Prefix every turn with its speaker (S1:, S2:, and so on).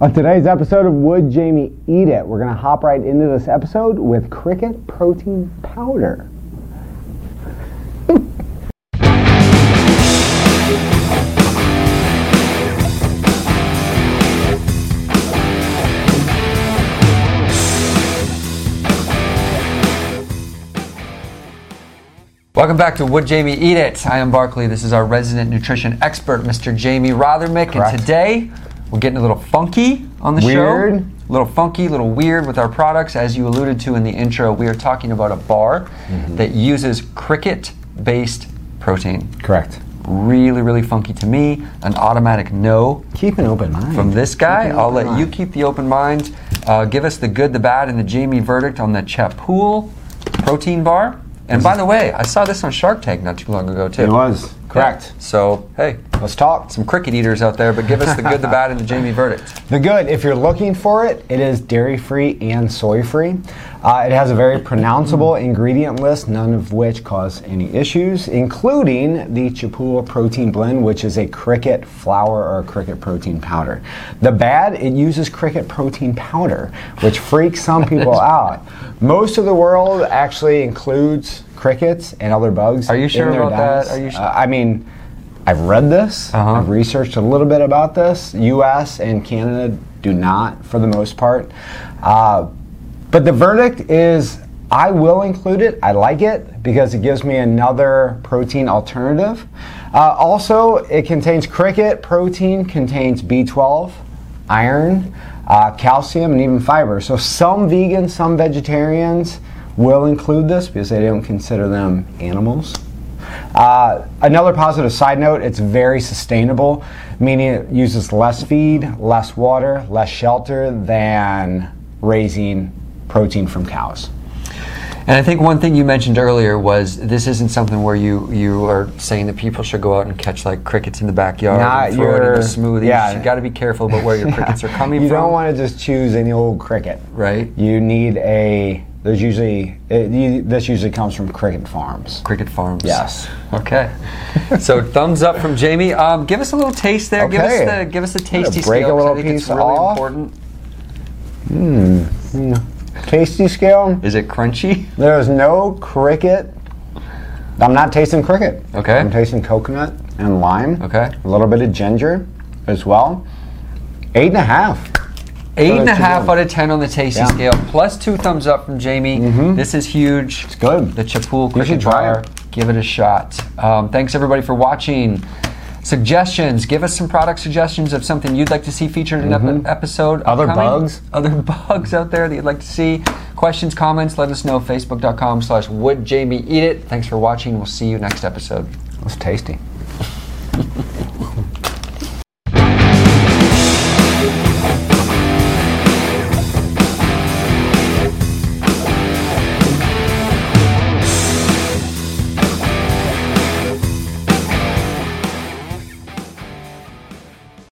S1: On today's episode of Would Jamie Eat It, we're going to hop right into this episode with cricket protein powder.
S2: Welcome back to Would Jamie Eat It? I am Barkley. This is our resident nutrition expert, Mr. Jamie Rothermick.
S1: Correct.
S2: And today, we're getting a little funky on the
S1: Weird.
S2: show. A little funky, a little weird with our products. As you alluded to in the intro, we are talking about a bar
S1: Mm-hmm.
S2: that uses cricket based protein.
S1: Correct.
S2: Really, really funky to me. An automatic no
S1: Keep an open mind.
S2: from this guy.
S1: Keep an
S2: I'll
S1: open
S2: let you
S1: mind.
S2: keep the open mind. Uh, give us the good, the bad, and the Jamie verdict on the Chapool protein bar. And by the way, I saw this on Shark Tank not too long ago too.
S3: It was correct.
S2: Yeah. So hey,
S1: Let's talk.
S2: some cricket eaters out there, but give us the good, the bad, and the Jamie verdict.
S1: The good, if you're looking for it, it is dairy free and soy free. Uh, it has a very pronounceable ingredient list, none of which cause any issues, including the Chapul protein blend, which is a cricket flour or a cricket protein powder. The bad, it uses cricket protein powder, which freaks some people out. Most of the world actually includes crickets and other bugs.
S2: Are you
S1: in
S2: sure
S1: their
S2: about that?
S1: diets.
S2: Are you sure?
S1: Uh, I mean, I've read this.
S2: Uh-huh.
S1: I've researched a little bit about this. U.S. and Canada do not, for the most part. Uh, but the verdict is, I will include it. I like it because it gives me another protein alternative. Uh, also, it contains cricket protein, contains B12, iron, uh, calcium, and even fiber. So some vegans, some vegetarians will include this because they don't consider them animals. Uh, another positive side note, it's very sustainable, meaning it uses less feed, less water, less shelter than raising protein from cows.
S2: And I think one thing you mentioned earlier was this isn't something where you you are saying that people should go out and catch like crickets in the backyard
S1: Not
S2: and throw it in
S1: your-
S2: a smoothie.
S1: yeah.
S2: You got to be careful about where your crickets are coming
S1: you
S2: from.
S1: don't want to just choose any old cricket.
S2: right?
S1: You need a, there's usually, it, you, this usually comes from cricket farms.
S2: Cricket Farms.
S1: Yes.
S2: Okay. so thumbs up from Jamie. Um, give us a little taste there. Give us
S1: Okay.
S2: the give us the
S1: gonna
S2: tasty
S1: break
S2: scale,
S1: a
S2: 'cause
S1: little
S2: I think it's
S1: piece
S2: really
S1: off.
S2: important.
S1: Tasty scale,
S2: Is it crunchy?
S1: there's no cricket. I'm not tasting cricket.
S2: Okay.
S1: I'm tasting coconut and lime.
S2: Okay.
S1: A little bit of ginger as well. Eight and a half.
S2: Eight and a
S1: it's too
S2: half
S1: good.
S2: out of ten on the tasty
S1: Yeah. Mm-hmm.
S2: scale, plus two thumbs up from Jamie. This is huge. It's
S1: good.
S2: The Chapul
S1: You should
S2: Cricket
S1: try
S2: Bar.
S1: it.
S2: Give it a shot. Um, thanks everybody for watching. Suggestions. Give us some product suggestions of something you'd like to see featured in an ep- episode.
S1: Mm-hmm. Other
S2: upcoming.
S1: bugs?
S2: Other bugs out there that you'd like to see. Questions, comments, let us know. Facebook.com slash would Jamie eat it. Thanks for watching. We'll see you next episode.
S1: That's tasty.